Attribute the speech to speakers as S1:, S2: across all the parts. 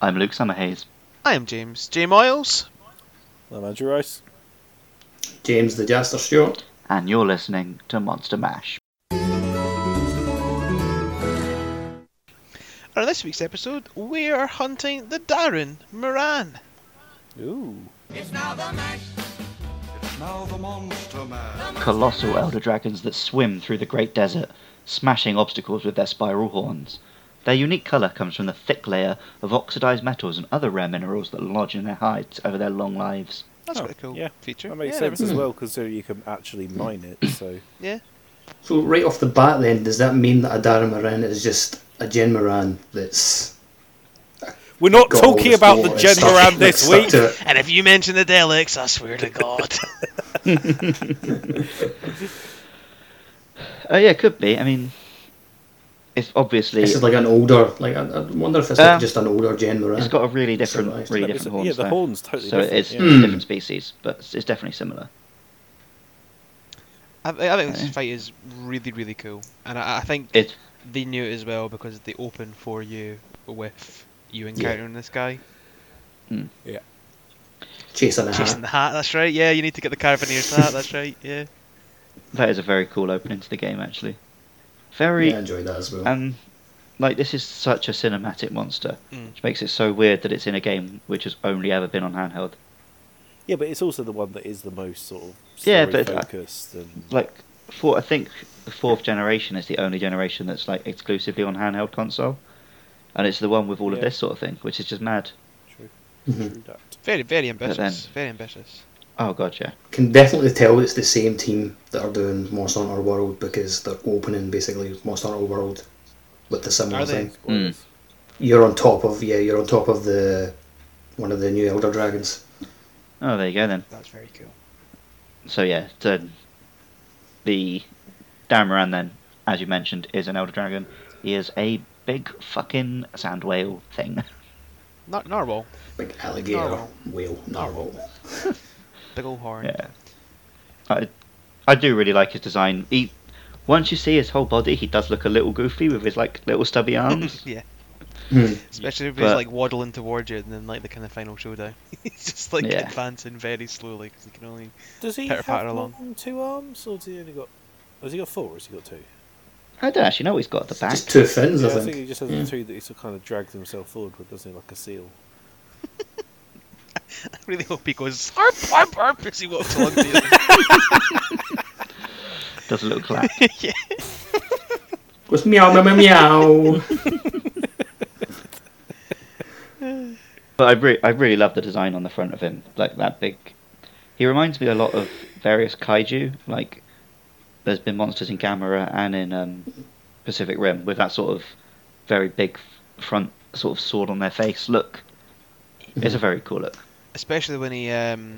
S1: I'm Luke Summerhays.
S2: I am James J. Miles.
S3: I'm Andrew Rice.
S4: James the Jaster Stewart.
S1: and you're listening to Monster Mash.
S2: And on this week's episode, we are hunting the Darren Moran.
S3: Ooh.
S5: Now the Monster Man.
S1: Colossal elder dragons that swim through the great desert, smashing obstacles with their spiral horns. Their unique colour comes from the thick layer of oxidised metals and other rare minerals that lodge in their hides over their long lives.
S2: That's
S3: Oh,
S2: quite a cool
S3: yeah.
S2: feature.
S3: That makes
S2: Yeah,
S3: sense
S2: never-
S3: as well, considering you can actually mine it. So
S4: So right off the bat, then, does that mean that a Darren Moran is just a Jen Moran that's
S3: we're not
S4: got all
S3: talking
S4: this
S3: about
S4: lore
S3: the
S4: and
S3: Jen
S4: stuff
S3: Moran this
S4: stuck
S3: week.
S4: to it?
S2: And if you mention the Daleks, I swear to God.
S1: Oh yeah, could be. I mean, it's obviously
S4: This is like an older, like I, I wonder if it's
S1: Uh,
S4: like just an older Jen Moran.
S1: it's got a really different,
S4: Civilized.
S1: really
S3: It's-
S1: different horns.
S3: yeah, the
S1: though.
S3: horn's totally
S1: So
S3: different.
S1: it's mm.
S3: yeah.
S4: Hmm.
S1: different species, but it's definitely similar.
S2: I, thi- I think this
S1: Yeah.
S2: fight is really, really cool. And I, I think
S1: It's
S2: they knew it as well because they open for you with you
S4: Yeah.
S2: encountering this guy.
S4: chasing
S2: Chasing
S4: a hat.
S2: the hat, that's right. Yeah, you need to get the Carabineers hat, that's right. Yeah.
S1: that is a very cool opening to the game actually. Very
S4: Yeah, I enjoyed that as well.
S1: Um, like this is such a cinematic monster,
S2: Mm.
S1: which makes it so weird that it's in a game which has only ever been on handheld.
S3: Yeah, but it's also the one that is the most sort of
S1: Yeah, but-
S3: focused and
S1: Like, for I think the fourth generation is the only generation that's like exclusively on handheld console, and it's the one with all of
S3: Yeah.
S1: this sort of thing, which is just mad.
S3: true,
S4: Mhm.
S3: true that.
S2: Very, very
S1: then-
S2: ambitious. Very ambitious.
S1: Oh god, yeah.
S4: Can definitely tell it's the same team that are doing Monster Hunter World because they're opening basically Monster Hunter World with the similar
S2: Are they?
S4: thing. You're on top of yeah, you're on top of the one of the new Elder Dragons.
S1: Oh, there you go then.
S2: That's very cool.
S1: So yeah, so the Damaran then, as you mentioned, is an elder dragon. He is a big fucking sand whale thing.
S2: Nar- narwhal.
S4: Like alligator,
S2: Narwhal.
S4: whale, narwhal.
S2: Big old horn.
S1: Yeah. I, I do really like his design. He, once you see his whole body, he does look a little goofy with his like little stubby arms.
S2: yeah.
S4: Hmm.
S2: Especially if he's
S1: But-
S2: like waddling towards you and then like the kind of final showdown. he's just like
S1: Yeah.
S2: advancing very slowly because he can only.
S3: Does he
S2: Pitter
S3: have
S2: patter
S3: more
S2: along.
S3: than two arms, or does he only got? Has he got four, or has he got two?
S1: I don't actually know what he's got at the back.
S4: Just two fins,
S3: yeah,
S4: I think.
S3: he just has
S4: Yeah.
S3: the two that he sort of kind of drags himself forward with, doesn't he? Like a seal.
S2: I really hope he goes arp arp arp as he walks along to you.
S1: Does a little clap.
S2: yeah.
S4: Goes meow meow meow meow.
S1: but I re- I really love the design on the front of him, like that big. He reminds me a lot of various kaiju. Like there's been monsters in Gamera and in um, Pacific Rim with that sort of very big f- front sort of sword on their face look. It's a very cool look.
S2: Especially when he um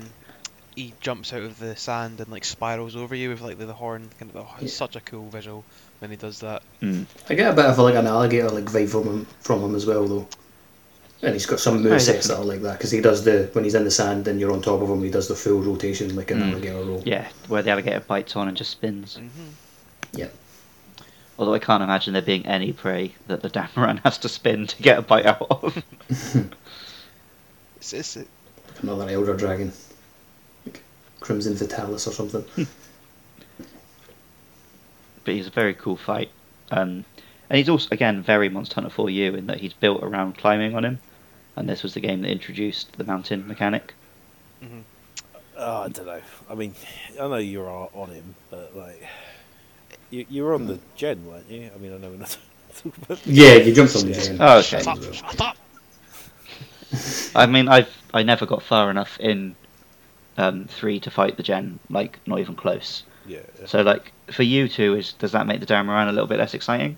S2: he jumps out of the sand and like spirals over you with like the, the horn. Kind of, oh, it's
S4: Yeah.
S2: such a cool visual when he does that.
S1: Mm.
S4: I get a bit of like an alligator like vibe from him from him as well though. And he's got some movesets that are like that because he does the when he's in the sand and you're on top of him, he does the full rotation like an
S1: Mm.
S4: alligator roll.
S1: Yeah, where the alligator bites on and just spins.
S2: hmm
S1: Although I can't imagine there being any prey that the Damaran has to spin to get a bite out of.
S2: It's, it's,
S4: Another elder dragon, like Crimson Vitalis or something.
S1: Hmm. But he's a very cool fight. Um, and he's also, again, very Monster Hunter 4U in that he's built around climbing on him. And this was the game that introduced the mountain mechanic.
S3: Oh, I don't know. I mean, I know you are on him, but like, you you were on the
S1: Hmm.
S3: Gen, weren't you? I mean, I know we're not talking about.
S4: yeah, you jumped on the
S3: Yeah.
S4: dragon.
S1: Oh, okay.
S2: shut up! Shut up!
S1: I mean, I've I never got far enough in um, 3 to fight the Gen, like, not even close.
S3: Yeah,
S1: So, like, for you two, is, does that make the Damaran a little bit less exciting?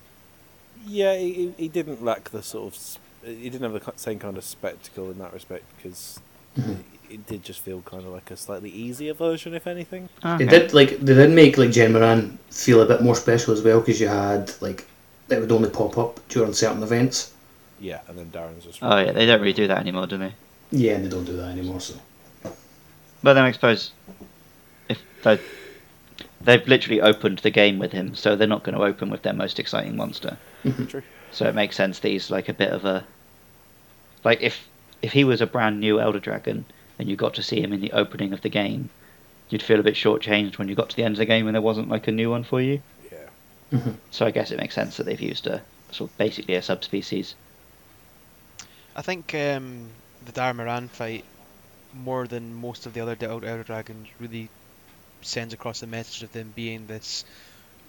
S3: yeah. He, he- he didn't lack the sort of. s- He didn't have the ki- same kind of spectacle in that respect because
S1: Hmm.
S4: Mhm.
S3: it, it did just feel kind of like a slightly easier version, if anything.
S1: Okay.
S4: It did like they did make like Jen Moran feel a bit more special as well because you had like it would only pop up during certain events.
S3: Yeah, and then Darren's just.
S1: Oh, yeah, they don't really do that anymore, do they?
S4: Yeah, and they don't do that anymore. So
S1: But then I suppose if they they've literally opened the game with him, so they're not going to open with their most exciting monster.
S3: True.
S1: So it makes sense that he's like a bit of a Like if if he was a brand new Elder Dragon and you got to see him in the opening of the game, you'd feel a bit shortchanged when you got to the end of the game and there wasn't like a new one for you.
S3: Yeah.
S1: So I guess it makes sense that they've used a sort of basically a subspecies.
S2: I think um, the Darmaran fight, more than most of the other Elder Elder Dragons, really sends across the message of them being this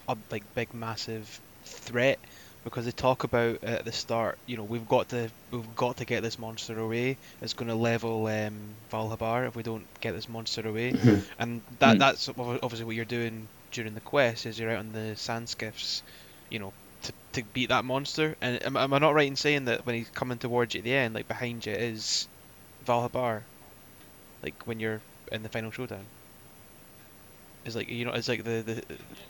S2: uh, like big, massive threat. Because they talk about at the start, you know, we've got to we've got to get this monster away. It's going to level um, Valhabar if we don't get this monster away.
S4: Mhm.
S2: And that
S1: Hmm.
S2: that's ob- obviously what you're doing during the quest is you're out on the sand skiffs, you know, to, to beat that monster. And am, am I not right in saying that when he's coming towards you at the end, like behind you is Valhabar, like when you're in the final showdown? Is like you know, it's like the, the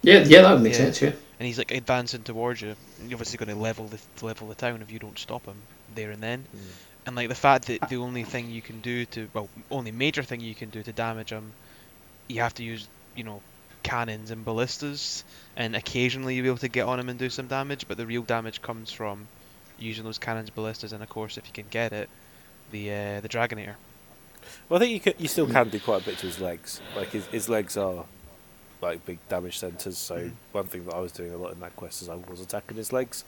S4: Yeah, yeah, that would make
S2: Yeah.
S4: sense. Yeah.
S2: and he's like advancing towards you. You're obviously going to level the level the town if you don't stop him there and then.
S3: Mm.
S2: And like the fact that the only thing you can do to well, only major thing you can do to damage him, you have to use you know cannons and ballistas, and occasionally you'll be able to get on him and do some damage. But the real damage comes from using those cannons, ballistas, and of course if you can get it, the uh, the dragonator.
S3: Well, I think you could, you still can do quite a bit to his legs. Like his, his legs are like big damage centers. So
S1: Mm-hmm.
S2: Mm.
S3: one thing that I was doing a lot in that quest is I was attacking his legs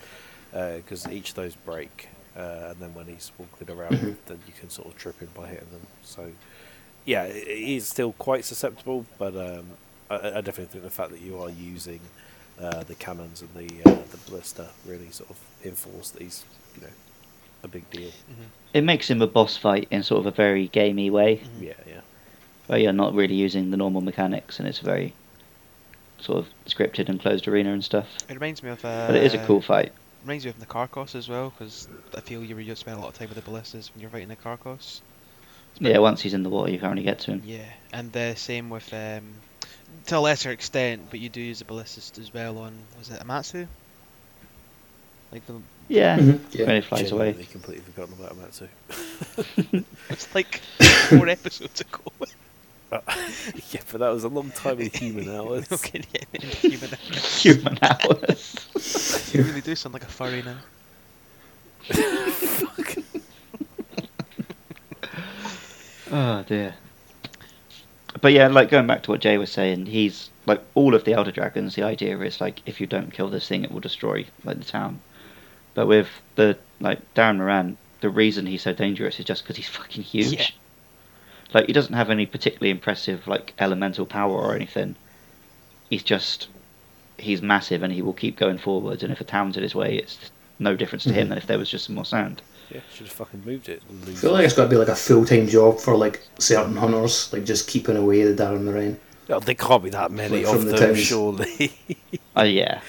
S3: because each of those break, uh, and then when he's walking around,
S1: Mm-hmm.
S4: Mhm.
S3: then you can sort of trip him by hitting them. So yeah, it- it is still quite susceptible, but um, I, I definitely think the fact that you are using uh, the cannons and the uh, the blister really sort of enforce that he's you know a big deal.
S1: It makes him a boss fight in sort of a very gamey way,
S2: Mhm.
S3: Yeah, yeah.
S1: where you're not really using the normal mechanics and it's very sort of scripted and closed arena and stuff.
S2: It reminds me of uh,
S1: But it is a cool fight.
S2: Reminds me of the Carcos as well, because I feel you you spend a lot of time with the ballistas when you're fighting the Carcos.
S1: Yeah, once he's in the water, you can't really get to him.
S2: Yeah, and the same with um, to a lesser extent, but you do use the ballistas as well on was it Amatsu? Like the
S1: Yeah,
S4: Mhm. Yeah.
S1: when he flies away.
S3: Genuinely completely forgotten about Amatsu.
S2: it's like four episodes ago.
S3: yeah, but that was a long time in human hours.
S2: okay, yeah, human.
S1: Human hours.
S2: You really do sound like a furry now.
S1: Oh dear. But yeah, like going back to what Jay was saying, he's like all of the Elder Dragons. The idea is like if you don't kill this thing, it will destroy like the town. But with the like Darren Moran, the reason he's so dangerous is just because he's fucking huge.
S2: Yeah.
S1: Like he doesn't have any particularly impressive like elemental power or anything. He's just he's massive and he will keep going forwards. And if a town's in his way, it's no difference to him
S3: Mm-hmm.
S4: Mhm.
S1: than if there was just some more sand.
S3: Yeah, should have fucking moved it.
S4: I
S3: Loser.
S4: feel like it's got to be like a full time job for like certain hunters, like just keeping away the Darren Moraine.
S3: Oh, there can't be that many
S4: Like from
S3: of
S4: the
S3: them,
S4: towns.
S3: surely.
S1: Oh yeah.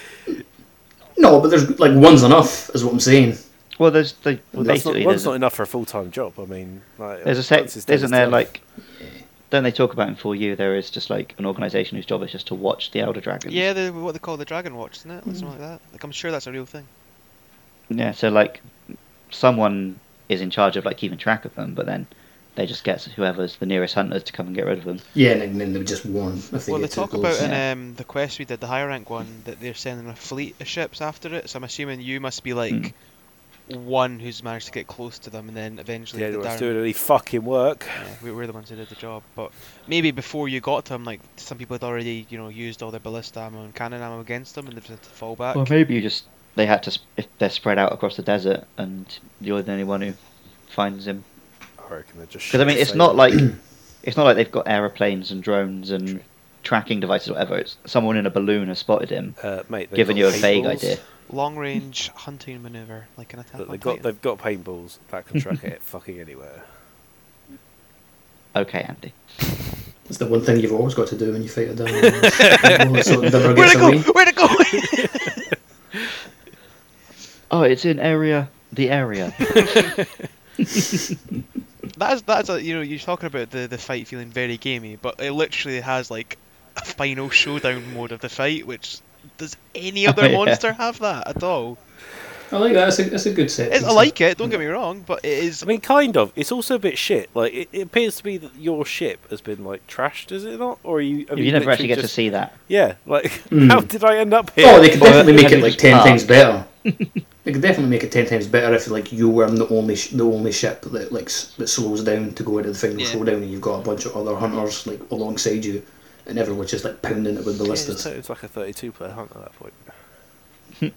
S4: No, but there's like one's enough, is what I'm saying.
S1: Well, there's the well,
S3: That's not,
S1: basically
S3: one's
S1: there's a-
S3: not enough for a full time job. I mean, like,
S1: There's a
S3: that's his
S1: sect,
S3: day's
S1: isn't there?
S3: job.
S1: Like, don't they talk about in for you? There is just like an organisation whose job is just to watch the elder dragons.
S2: Yeah, the, what they call the Dragon Watch, isn't it? Or Something like that. Like I'm sure that's a real thing.
S1: Yeah. So like, someone is in charge of like keeping track of them, but then they just get whoever's the nearest hunters to come and get rid of them.
S4: Yeah, and, then they would just warn if they
S2: well, they
S4: get too
S2: talk
S4: close.
S2: about in
S1: yeah.
S2: um, the quest we did, the high rank one, that they're sending a fleet of ships after it. So I'm assuming you must be like one who's managed to get close to them, and then eventually
S3: yeah,
S2: the
S3: anyone's
S2: Darren
S3: doing any fucking work.
S2: Yeah, we were the ones who did the job. But maybe before you got to him, like some people had already, you know, used all their ballista ammo and cannon ammo against him, and they've had to fall back.
S1: Or maybe you just they had to sp- if they're spread out across the desert, and you're the only one who finds him.
S3: I reckon they're just.
S1: Because I mean, it's
S3: shit-faced.
S1: not like it's not like they've got aeroplanes and drones and
S3: True.
S1: tracking devices or whatever. It's someone in a balloon has spotted him,
S3: Uh, mate, they've
S1: giving
S3: got
S1: you a vague
S3: paintballs.
S1: idea.
S2: Long range hunting maneuver, like an attack. on
S3: Look, they've got
S2: Titan.
S3: they've got paintballs that can track it fucking anywhere.
S1: Okay, Andy.
S4: It's the one thing you've always got to do when you fight a Darren Moraine. so it never
S2: Where'd
S4: gets
S2: it go?
S4: away.
S2: Where'd it go?
S1: Oh, it's in area. The area.
S2: That's that's a, you know you're talking about the the fight feeling very gamey, but it literally has like a final showdown mode of the fight, which does any
S1: Oh,
S2: other
S1: yeah.
S2: monster have that at all?
S4: I like that. It's a, it's a good set.
S2: It's, I
S4: piece.
S2: like it. Don't get me wrong, but it is.
S3: I mean, kind of. It's also a bit shit. Like, it, it appears to be that your ship has been like trashed, is it not? Or are you? have
S1: you never actually
S3: literally
S1: get to
S3: just-
S1: see that.
S3: Yeah, like
S4: Mm.
S3: how did I end up here?
S4: Oh, they could
S1: Hmm. Well,
S4: definitely make
S1: have
S4: it
S1: you
S4: like
S1: just
S4: ten
S1: parked?
S4: times better. It could definitely make it ten times better if like you were the only sh- the only ship that like s- that slows down to go into the final
S2: Yeah.
S4: showdown, and you've got a bunch of other hunters like alongside you, and everyone's just like pounding it with
S3: Yeah, it's,
S4: ballistas.
S3: it's like a 32 player hunt at that point.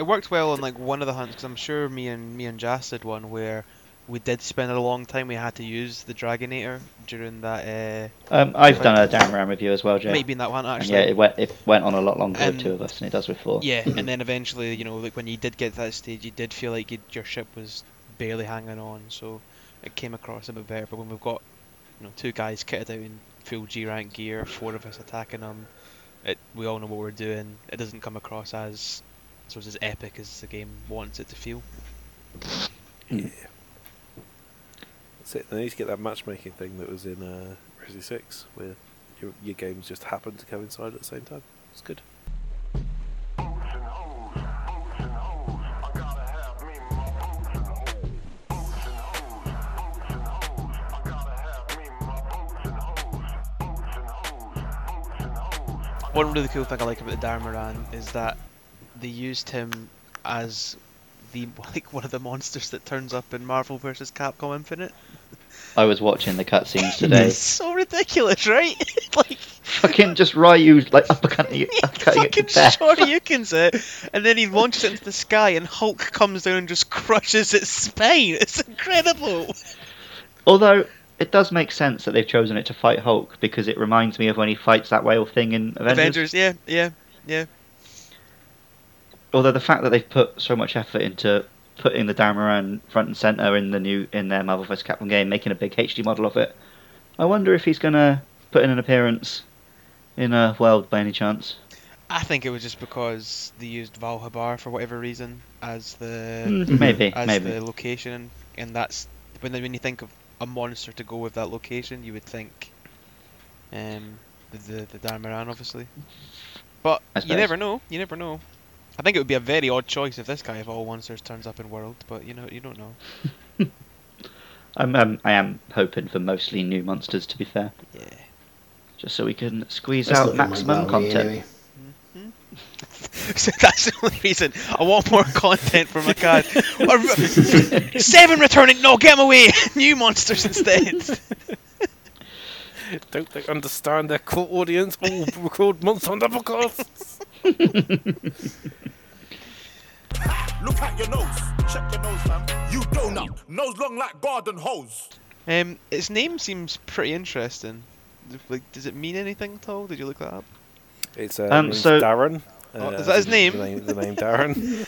S2: It worked well on like one of the hunts because I'm sure me and me and Jas did one where we did spend a long time. We had to use the Dragonator during that.
S1: Um, I've done a damn round with you as well,
S2: Uh,
S1: Jay.
S2: maybe in that one
S1: And
S2: actually.
S1: yeah, it went it went on a lot longer
S2: Um,
S1: with two of us, and it does with four.
S2: Yeah, and then eventually, you know, like when you did get to that stage, you did feel like you'd, your ship was barely hanging on, so it came across a bit better. But when we've got, you know, two guys kitted out in full G rank gear, four of us attacking them, it, we all know what we're doing. It doesn't come across as, I suppose, as epic as the game wants it to feel.
S3: That's it. They need to get that matchmaking thing that was in uh, Resi 6, where your, your games just happened to coincide at the same time. It's good.
S2: One really cool thing I like about the Darmaran is that they used him as the like one of the monsters that turns up in Marvel vs. Capcom Infinite.
S1: I was watching the cutscenes today.
S2: It's so ridiculous, right? like
S1: Fucking just Ryu like uppercutting it, uppercutting it to
S2: fucking
S1: death.
S2: shoryukens it, and then he launches it into the sky, and Hulk comes down and just crushes its spine. It's incredible.
S1: Although it does make sense that they've chosen it to fight Hulk because it reminds me of when he fights that whale thing in Avengers.
S2: Avengers, yeah, yeah, yeah.
S1: Although the fact that they've put so much effort into putting the Damaran front and center in the new in their Marvel vs. Capcom game, making a big HD model of it, I wonder if he's gonna put in an appearance in a world by any chance.
S2: I think it was just because they used Valhabar for whatever reason as the
S1: Mm, maybe,
S2: as
S1: maybe.
S2: the location, and that's when when you think of a monster to go with that location, you would think um, the the, the Darmaran, obviously. But
S1: I
S2: you
S1: suppose.
S2: never know. You never know. I think it would be a very odd choice if this guy of all monsters turns up in World, but you know you don't know.
S1: I'm, um, I am hoping for mostly new monsters, to be fair,
S2: Yeah.
S1: just so we can squeeze
S4: That's
S1: out
S4: looking like
S1: maximum
S4: that way
S1: content.
S4: anyway.
S2: so that's the only reason I want more content for my card. Or- Seven returning, no, get 'em away! New monsters instead.
S3: Don't they understand their core audience? Oh, record months on the podcast!
S6: Look at your nose. Check your nose, fam. You donut. Nose long like garden hose.
S2: Um, its name seems pretty interesting. Like, does it mean anything at all? Did you look that up?
S3: It's uh,
S1: Um,
S3: name's
S1: so-
S3: Darren. Uh,
S2: Oh, is that his
S3: the
S2: name?
S3: The name Darren.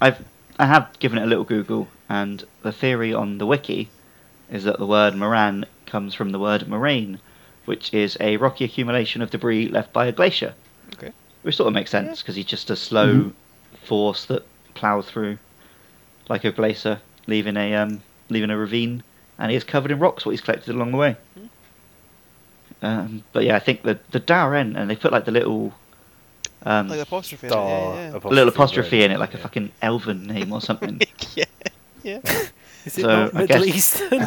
S1: I've I have given it a little Google, and the theory on the wiki is that the word moran comes from the word moraine, which is a rocky accumulation of debris left by a glacier.
S2: Okay.
S1: Which sort of makes sense because he's just a slow force that ploughs through like a glacier, leaving a um, leaving a ravine, and he is covered in rocks what he's collected along the way. Um, but yeah, I think the the Darren, and they put like the little um,
S2: Like apostrophe. in it,
S3: Star
S2: yeah, yeah.
S1: a little apostrophe
S3: Darren.
S1: in it, like a fucking elven name or something.
S2: yeah.
S3: Is it
S1: So,
S3: not
S1: I guess-
S3: Middle
S4: I
S3: Eastern?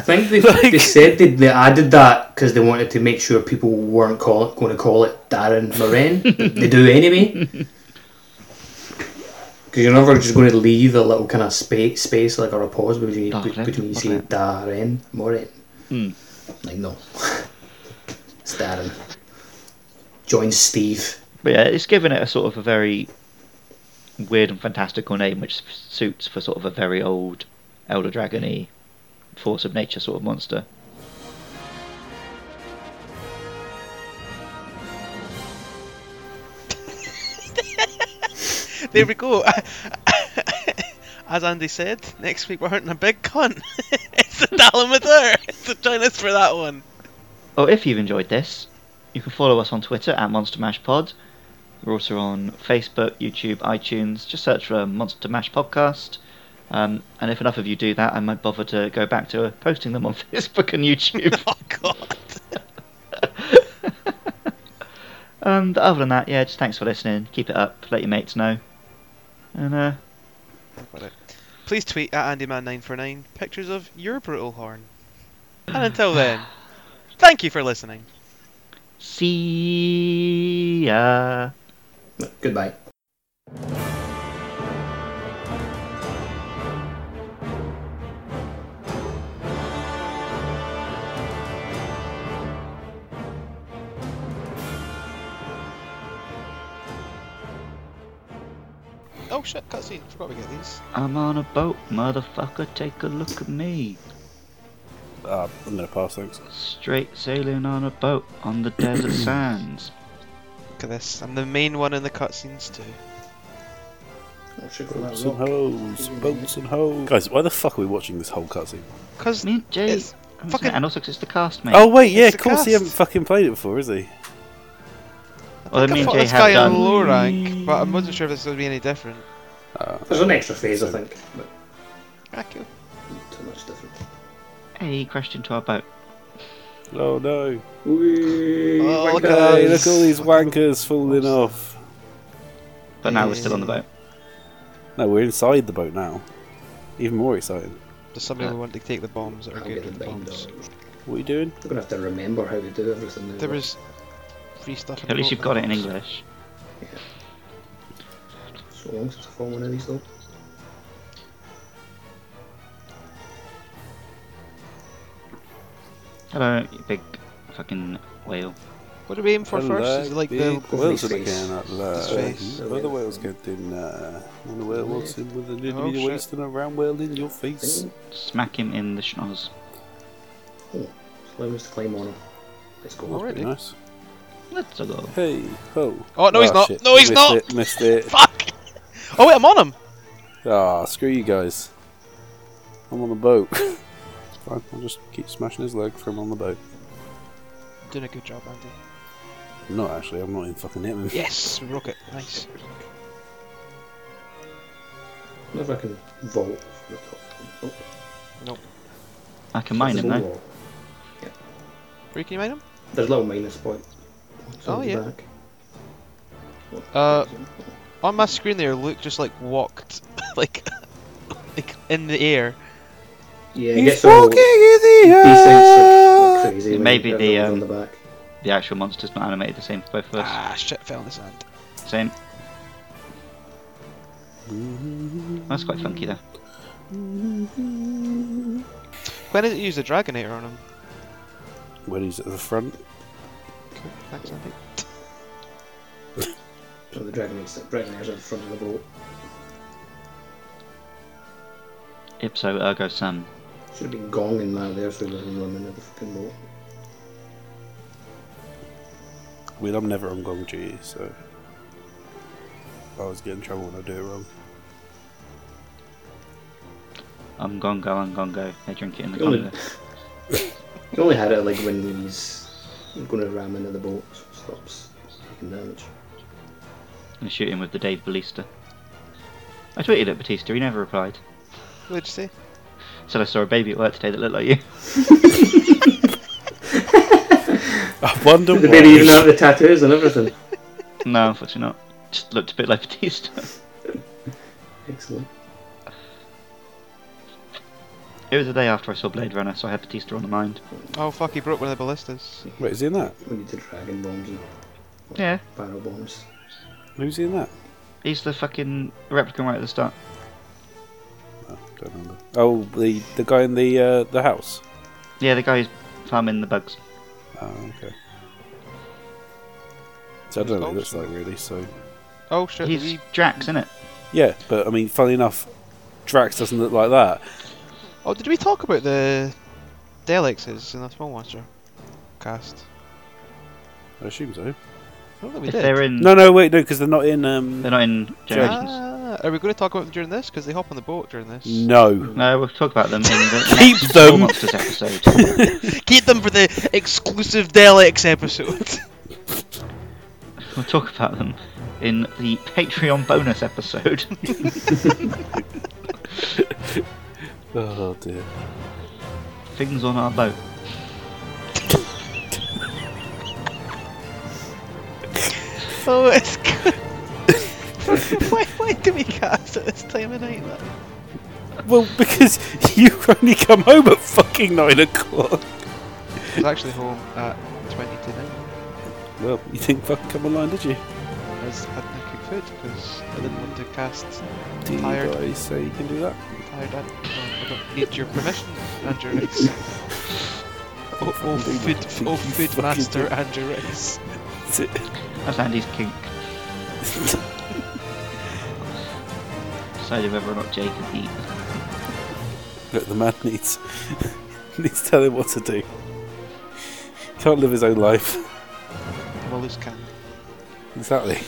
S4: think they, they said they, they added that because they wanted to make sure people weren't call going to call it Darren Moran. they do anyway. Because you're never just going to leave a little kind of space, space like or a pause between,
S1: Darren
S4: between you say
S1: Moran.
S4: Darren Moran.
S1: Hmm.
S4: Like, no. it's Darren. Join Steve.
S1: But yeah, it's given it a sort of a very weird and fantastical name, which s- suits for sort of a very old Elder Dragon-y force of nature sort of monster.
S2: There we go. As Andy said, next week we're hunting a big cunt. it's a Dalamateur. So join us for that one.
S1: Oh, if you've enjoyed this, you can follow us on Twitter at Monster Mash Pod. We're also on Facebook, YouTube, iTunes. Just search for Monster Mash Podcast. Um, and if enough of you do that, I might bother to go back to uh, posting them on Facebook and YouTube.
S2: Oh God.
S1: Um, but other than that, yeah, just thanks for listening. Keep it up. Let your mates know. And uh,
S2: Please tweet at AndyMan949 pictures of your brutal horn. And until then, thank you for listening.
S1: see ya.
S4: Goodbye.
S2: Oh shit, cutscene. Forgot we get these.
S1: I'm on a boat, motherfucker. Take a look at me.
S3: Uh, I'm gonna pass, thanks.
S1: Straight sailing on a boat on the desert sands.
S2: Look at this. I'm the main one in the cutscenes too.
S4: I should go
S3: Boats
S4: that
S3: and
S4: rock.
S3: hoes, boats and hoes. Guys, why the fuck are we watching this whole cutscene?
S2: Cause
S1: Me and Jay. Oh,
S2: It's fucking-
S1: And also 'cause it's the cast, mate.
S3: Oh wait, yeah,
S2: It's
S3: of course
S2: the
S3: he
S2: cast.
S3: hasn't fucking played it before, is he?
S1: well, then
S2: I
S1: me and
S2: thought
S1: Jay
S2: this
S1: have
S2: guy
S1: done.
S2: on low rank, but I wasn't sure if this would be any different.
S4: There's an extra phase, I think, but
S2: Ah, cool.
S4: not too much different.
S1: Hey, he crashed into our boat.
S3: Oh no!
S2: Oh, look at
S3: Hey,
S2: those.
S3: look at all these wankers falling off.
S1: But now we're still on the boat.
S3: No, we're inside the boat now. Even more exciting.
S2: Does somebody want to take the bombs that are
S4: I'll
S2: good
S4: get
S2: with the
S4: the bind
S2: bombs?
S4: on.
S3: What are you doing?
S4: We're gonna have to remember how to do everything now.
S2: There was free stuff. in
S1: At least
S2: both
S1: you've
S2: of
S1: got it in
S2: those.
S1: English.
S4: so long since I've fallen in these though.
S1: Hello, you big fucking whale.
S2: What do we aim for first? Is it like the
S4: Lovely
S3: whales
S4: face.
S3: again out there.
S2: Face.
S3: Another whale's getting uh, another whale walks in with a
S2: Oh,
S3: nitty
S2: shit.
S3: wasting around whale in your face.
S4: Thing.
S1: Smack him in the schnoz.
S4: So let us climb on 'em. Let's go.
S2: Alright.
S3: Pretty nice.
S1: Let's go.
S3: Hey ho! Ah,
S2: Oh, no, he's not. No, he's
S3: missed
S2: not.
S3: It, missed it.
S2: fuck. Oh wait, I'm on him.
S3: Ah, screw you guys. I'm on the boat. It's Fine, I'll just keep smashing his leg from on the boat.
S2: Doing a good job, Andy.
S3: I'm not actually. I'm not even fucking hitting him.
S2: Yes, we broke it. Nice.
S4: I wonder if I can vault from the top. Oh,
S1: I can mine
S4: there's
S1: him
S4: a
S1: though.
S4: wall.
S2: Where can you mine him?
S4: There's a little minus point. It's
S2: Oh,
S4: on the
S2: yeah.
S4: back.
S2: Uh, on my screen there, Luke just like walked, like, like in the air.
S4: Yeah, it
S3: He's
S4: gets all
S3: walking in the
S4: desensed like
S3: air.
S4: crazy. when
S1: Maybe the,
S4: everyone's
S1: um,
S4: on the back.
S1: The actual monster's not animated the same for both of us.
S2: Ah, shit! Fell in the sand.
S1: Same. That's quite funky though.
S2: When did it use the dragonator on him?
S3: When he's at the front,
S2: Okay, thanks, Andy.
S4: So the dragon is dragon is at the front of the boat.
S1: Ipso ergo sum.
S4: Should have been gonging that there so he doesn't run into the fucking boat.
S3: I mean, I'm never on Gong G, so I always get in trouble when I do it wrong.
S1: I'm gongo, I'm gongo. They drink it in the
S4: You only,
S1: congo.
S4: you only had it like when he's going to ram into the boat, so it stops taking damage.
S1: And shoot him with the Dave Ballista. I tweeted at Batista, he never replied.
S2: What did you say?
S1: Said I saw a baby at work today that looked like you.
S3: I wonder
S4: The
S3: why.
S4: baby even out the tattoos and everything.
S1: no, unfortunately not. Just looked a bit like Batista.
S4: Excellent.
S1: it was the day after I saw Blade Runner, so I had Batista on the mind.
S2: Oh fuck! He broke one of the ballistas.
S3: Wait, is he in that?
S4: We need the dragon bombs and
S1: Yeah.
S4: barrel bombs.
S3: Who's he in that?
S1: He's the fucking replicant right at the start.
S3: Oh, don't remember. Oh, the the guy in the uh, the house.
S1: Yeah, the guy who's farming the bugs.
S3: Oh, okay. So I don't know what he looks
S2: Awesome.
S3: like really. So
S2: Oh shit!
S1: He's
S2: we-
S1: Drax, isn't it?
S3: yeah, but I mean, funny enough, Drax doesn't look like that.
S2: Oh, did we talk about the Delexes in the Small Monster cast?
S3: I assume so.
S2: I don't think we
S1: If
S2: did.
S1: they're in,
S3: No, no, wait, no, because they're not in. Um,
S1: they're not in generations.
S2: Ah, are we going to talk about them during this? Because they hop on the boat during this.
S3: Mm. no.
S1: No, we'll talk about them in the
S3: Keep
S1: next
S3: them.
S1: Small Monsters episode.
S2: Keep them for the exclusive Delex episode.
S1: we'll talk about them in the Patreon bonus episode.
S3: Oh dear.
S1: Things on our boat.
S2: oh, it's good. why, why do we cast at this time of night? Though?
S3: Well, because you only come home at fucking nine o'clock.
S2: I was actually home at 20 to 9.
S3: Well, you didn't fucking come online, did you?
S2: I was had to cook food because I didn't want to cast
S3: Do you
S2: Tired.
S3: guys say you can do that?
S2: tired out. I don't need your permission, Andrew Rice. Oh, oh, food, oh, food
S3: fucking
S2: master Andrew Rice.
S1: That's Andy's kink. decided whether or not Jay can eat.
S3: Look, the man needs needs to tell him what to do. Can't live his own life.
S2: Well, this can.
S3: Exactly.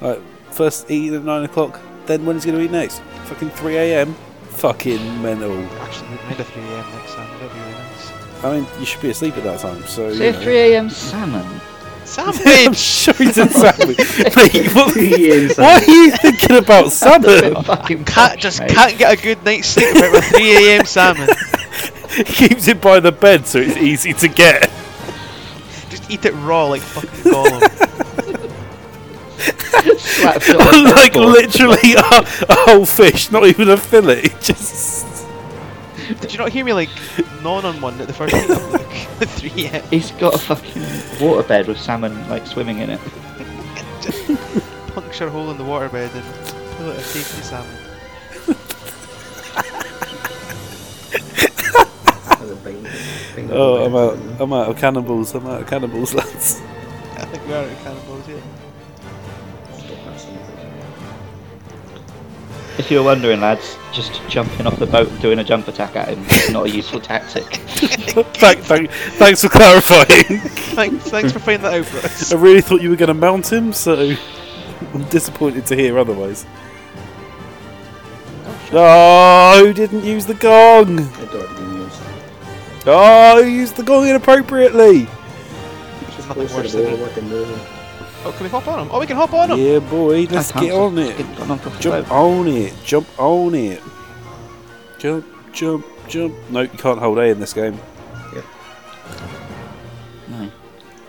S3: Like, first eating at nine o'clock, then when he's going to eat next? Fucking three a.m. Fucking mental.
S2: Actually, we made a 3 a.m. next time. That'd be really nice.
S3: I mean, you should be asleep at that time. So.
S1: So
S3: you
S1: if
S3: know.
S1: 3 a.m. salmon.
S3: I'm
S2: Sandwich!
S3: sure he's in salmon. Mate, what,
S4: Ian
S3: what are you thinking about
S1: That's a
S3: salmon?
S1: bit fucking
S2: Cat
S1: posh,
S2: just
S1: mate.
S2: can't get a good night's sleep about a 3 a.m. salmon.
S3: He keeps it by the bed so it's easy to get.
S2: Just eat it raw like fucking Gollum.
S1: Slapped it on the
S3: like
S1: backboard.
S3: literally a, a whole fish, not even a fillet. Just
S2: Did you not hear me like non on one at the first meetup? Like 3 a.m.
S1: He's got a fucking waterbed with salmon like swimming in it.
S2: Puncture a hole in the waterbed and pull out a steak and salmon.
S3: oh, I'm out. I'm out of cannibals. I'm out of cannibals, lads.
S2: I think we are at cannibals, yeah.
S1: If you're wondering, lads, just jumping off the boat and doing a jump attack at him is not a useful tactic.
S3: Thank, thank, thanks for clarifying.
S2: Thanks, thanks for finding that out for us.
S3: I really thought you were going to mount him, so I'm disappointed to hear otherwise.
S1: Oh,
S3: No, Oh, who didn't use the gong? Oh, who used the gong inappropriately?
S2: Nothing worse than it. Oh, can we hop on him? Oh, we can hop on him!
S3: Yeah, boy,
S1: I
S3: let's
S1: can't
S3: get on
S1: just
S3: it.
S1: get on top of the
S3: Jump
S1: boat.
S3: on it. Jump on it. Jump, jump, jump. No, you can't hold A in this game.
S1: No,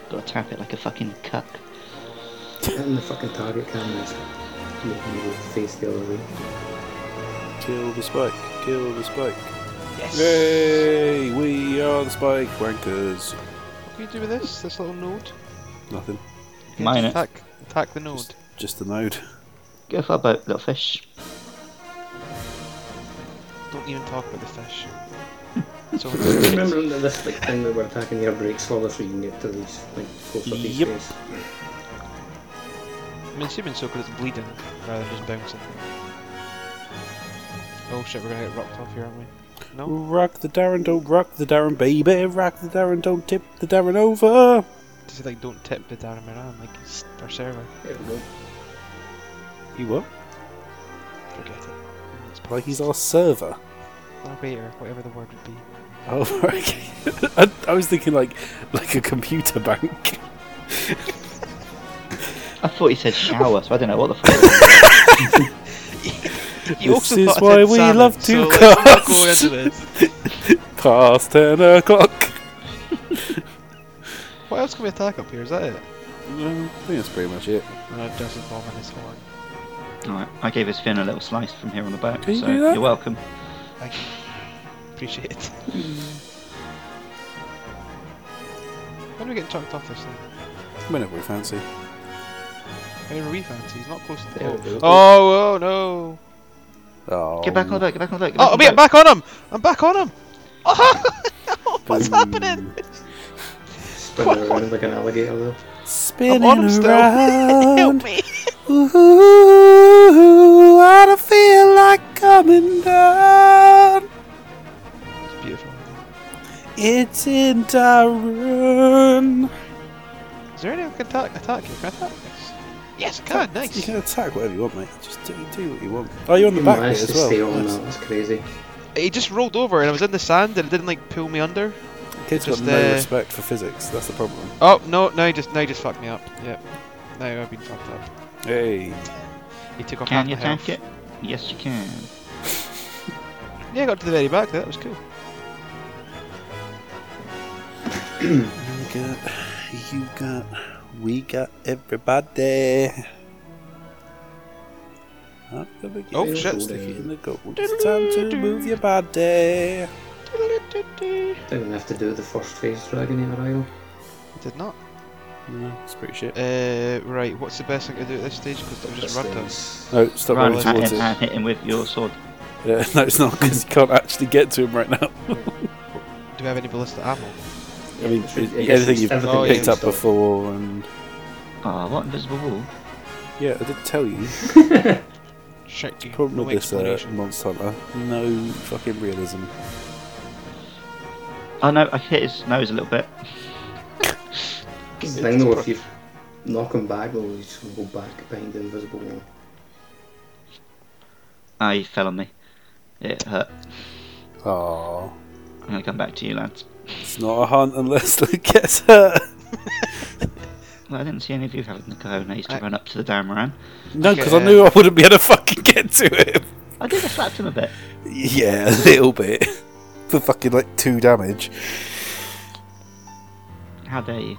S1: gotta tap it like a fucking cuck.
S4: And the fucking target cameras. Making you face the other way.
S3: Kill the spike. Kill the spike.
S2: Yes!
S3: Yay! We are the spike wankers.
S2: What can you do with this? This little node?
S3: Nothing.
S2: Yeah,
S1: Mine
S2: just
S1: it.
S2: Attack, attack the node.
S3: Just, just the node.
S1: Go for our boat, little fish.
S2: Don't even talk about the fish. So,
S4: Remember under this like thing that we're attacking your brakes slower so you can get to these like closer to these
S3: Yep.
S4: guys.
S2: I'm assuming so because it's bleeding rather than just bouncing. Oh shit, we're gonna get rocked off here, aren't we? No?
S3: Rock the Darren, don't rock the Darren, baby. Rock the Darren, don't tip the Darren over.
S2: Does it like don't tip the Darren Moran, like it's our server?
S4: There we go.
S3: You what?
S2: Forget it. It's past.
S3: Like he's our server.
S2: Operator, whatever the word would be.
S3: Oh, right. okay. I, I was thinking like like a computer bank.
S1: I thought he said shower, so I don't know what the fuck.
S2: He
S3: This
S2: also
S3: is
S2: thought I
S3: why
S2: said
S3: we
S2: salmon,
S3: love to
S2: so let's not go
S3: cast.
S2: into this.
S3: Past ten o'clock.
S2: What else can we attack up here? Is that it?
S3: Mm, I think that's pretty much it.
S2: No, Justin Bomb and his horn.
S1: Alright, I gave his fin a little slice from here on the boat,
S3: Can you
S1: so
S3: do that?
S1: you're welcome.
S2: Thank you. Appreciate it. Hmm. when are we getting chucked off this thing?
S3: Whenever we fancy.
S2: Whenever we fancy, he's not close to the
S4: There we
S2: boat.
S4: go.
S2: Oh, oh no!
S3: Oh,
S1: Get back on the boat, get back on the boat. Get
S2: Oh,
S1: back
S2: wait,
S1: on the boat.
S2: I'm back on him! I'm back on him! Oh, what's
S3: Boom.
S2: happening?
S4: Spinning around like an alligator though.
S3: Spinning
S2: I'm on him still. Help
S3: around.
S2: me!
S3: Ooh, I don't feel like coming down.
S2: It's beautiful.
S3: It's in Darren.
S2: Is there any I can attack, attack here? Can I attack this? Yes, I can!
S3: You
S2: Nice!
S3: can attack whatever you want, mate. Just do, do what you want. Oh, you're on the
S4: You
S3: back bit
S4: managed
S3: as
S4: to
S3: well.
S4: stay on
S3: Nice.
S4: that, that's crazy.
S2: He just rolled over and I was in the sand and it didn't like pull me under.
S3: Kids
S2: Just,
S3: got no
S2: uh,
S3: respect for physics. That's the problem.
S2: Oh, no, no, he just, no, he just fucked me up. Yep. No, I've been fucked up.
S3: Hey,
S2: He took off half
S1: Can you
S2: my health.
S1: attack it? Yes, you can.
S2: Yeah, I got to the very back there, that was cool.
S3: you got, you got, we got everybody. I'm gonna get
S2: Oh,
S3: you
S2: shit.
S3: sticky in the gold. It's time to move your body.
S4: Didn't have to do the first phase dragon at Isle.
S2: Did not.
S3: No, it's pretty shit.
S2: Uh, right, what's the best thing to do at this stage? Because I've just rubbed us.
S3: No, stop
S1: Run
S3: running
S1: at
S3: towards
S1: him
S3: it.
S1: and hit him with your sword.
S3: Yeah, no, it's not because you can't actually get to him right now.
S2: Do we have any ballista ammo?
S3: I mean,
S4: it's- I guess
S3: anything
S4: it's
S3: you've
S4: everything
S2: Oh, yeah,
S3: picked
S4: we
S3: up
S4: stole.
S3: before, and
S1: Oh, what invisible wall?
S3: yeah, I did tell you.
S2: Shit,
S3: Problem
S2: no
S3: with this uh,
S2: explanation.
S3: Monster Hunter, no fucking realism.
S1: Oh no, I hit his nose a little bit.
S4: I know if you knock him back, though, he's going to go back behind the invisible wall.
S1: Ah, he fell on me. It hurt.
S3: Aww.
S1: I'm gonna come back to you, lads.
S3: It's not a hunt unless Luke gets hurt.
S1: Well, I didn't see any of you having the cojones to
S2: I-
S1: run up to the Damaran.
S3: No,
S2: Okay,
S3: because I
S2: uh,
S3: knew I wouldn't be able to fucking get to him.
S1: I did. I slapped him a bit.
S3: Yeah, a little bit. For fucking like two damage.
S1: How dare you?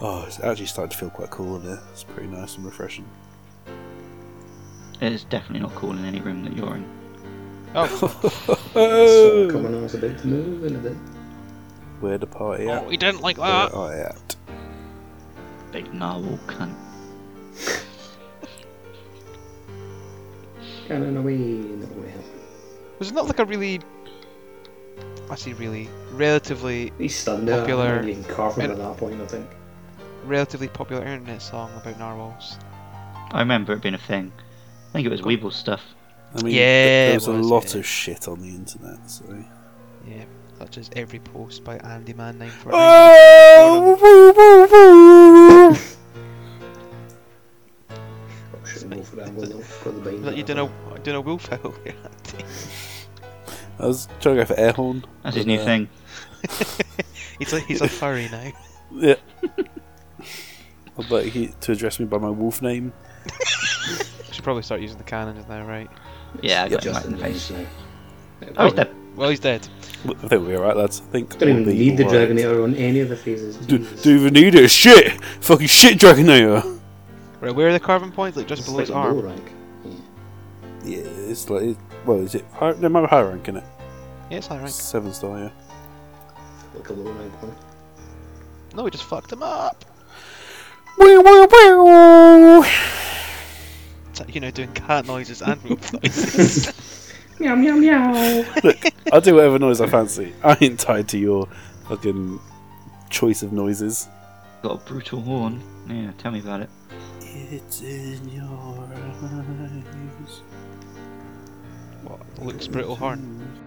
S3: Oh, it's actually starting to feel quite cool in here. It's pretty nice and refreshing.
S1: It's definitely not cool in any room that you're in.
S4: So
S3: Oh.
S4: coming on, I was about to move, and I did.
S3: Where the party at?
S2: Oh, he didn't like
S3: Where
S2: that.
S3: I at?
S1: Big narwhal cunt.
S4: Cannon away, no way.
S2: Was it not like a really? I see, really, relatively,
S4: He's stunned there.
S2: Popular-
S4: I mean, You can carve him at that point, I think.
S2: relatively popular internet song about narwhals.
S1: I remember it being a thing. I think it was Weeble stuff.
S3: I mean,
S2: Yeah, it
S3: there's a
S2: was,
S3: lot
S2: yeah.
S3: of shit on the internet, so.
S2: Yeah, such as every post by Andy Man nine four nine.
S3: Oh! woo, woo, woo, woo.
S4: I shouldn't go for that one, though. Got the bind
S2: That you
S4: there.
S2: doing a doing a wolf howl there, Andy.
S3: I was trying to go for air horn. uh,
S1: That's his new thing.
S2: He's like he's a furry now.
S3: Yeah. I'd like he to address me by my wolf name.
S2: Should probably start using the cannons now, right?
S1: Yeah, I got him
S4: Just
S1: right in
S4: in
S1: the face.
S4: now.
S1: Oh, he's dead.
S2: Well, he's dead.
S3: I think we'll be alright, lads. I think
S4: Don't
S3: we'll
S4: even
S3: be
S4: need the
S3: alright.
S4: Dragonator on any of the phases.
S3: Do,
S4: Jesus.
S3: do even need it. Shit! Fucking shit, Dragonator!
S2: Right, where are the carbon points? Like just
S4: It's
S2: below
S4: like
S2: his
S4: a low
S2: arm.
S4: rank.
S3: Yeah, it's like. It, well, is it. High, no, my high rank in it.
S2: Yeah, it's high rank.
S3: Seven star, yeah.
S4: Like a low rank one.
S2: No, we just fucked him up.
S3: Wee, wee, wee.
S2: It's like, you know, doing cat noises and wolf noises.
S4: Meow meow meow.
S3: I'll do whatever noise I fancy. I ain't tied to your fucking choice of noises.
S1: Got a brutal horn. Yeah, tell me about it.
S3: It's in your eyes.
S2: what? Luke's brutal horn.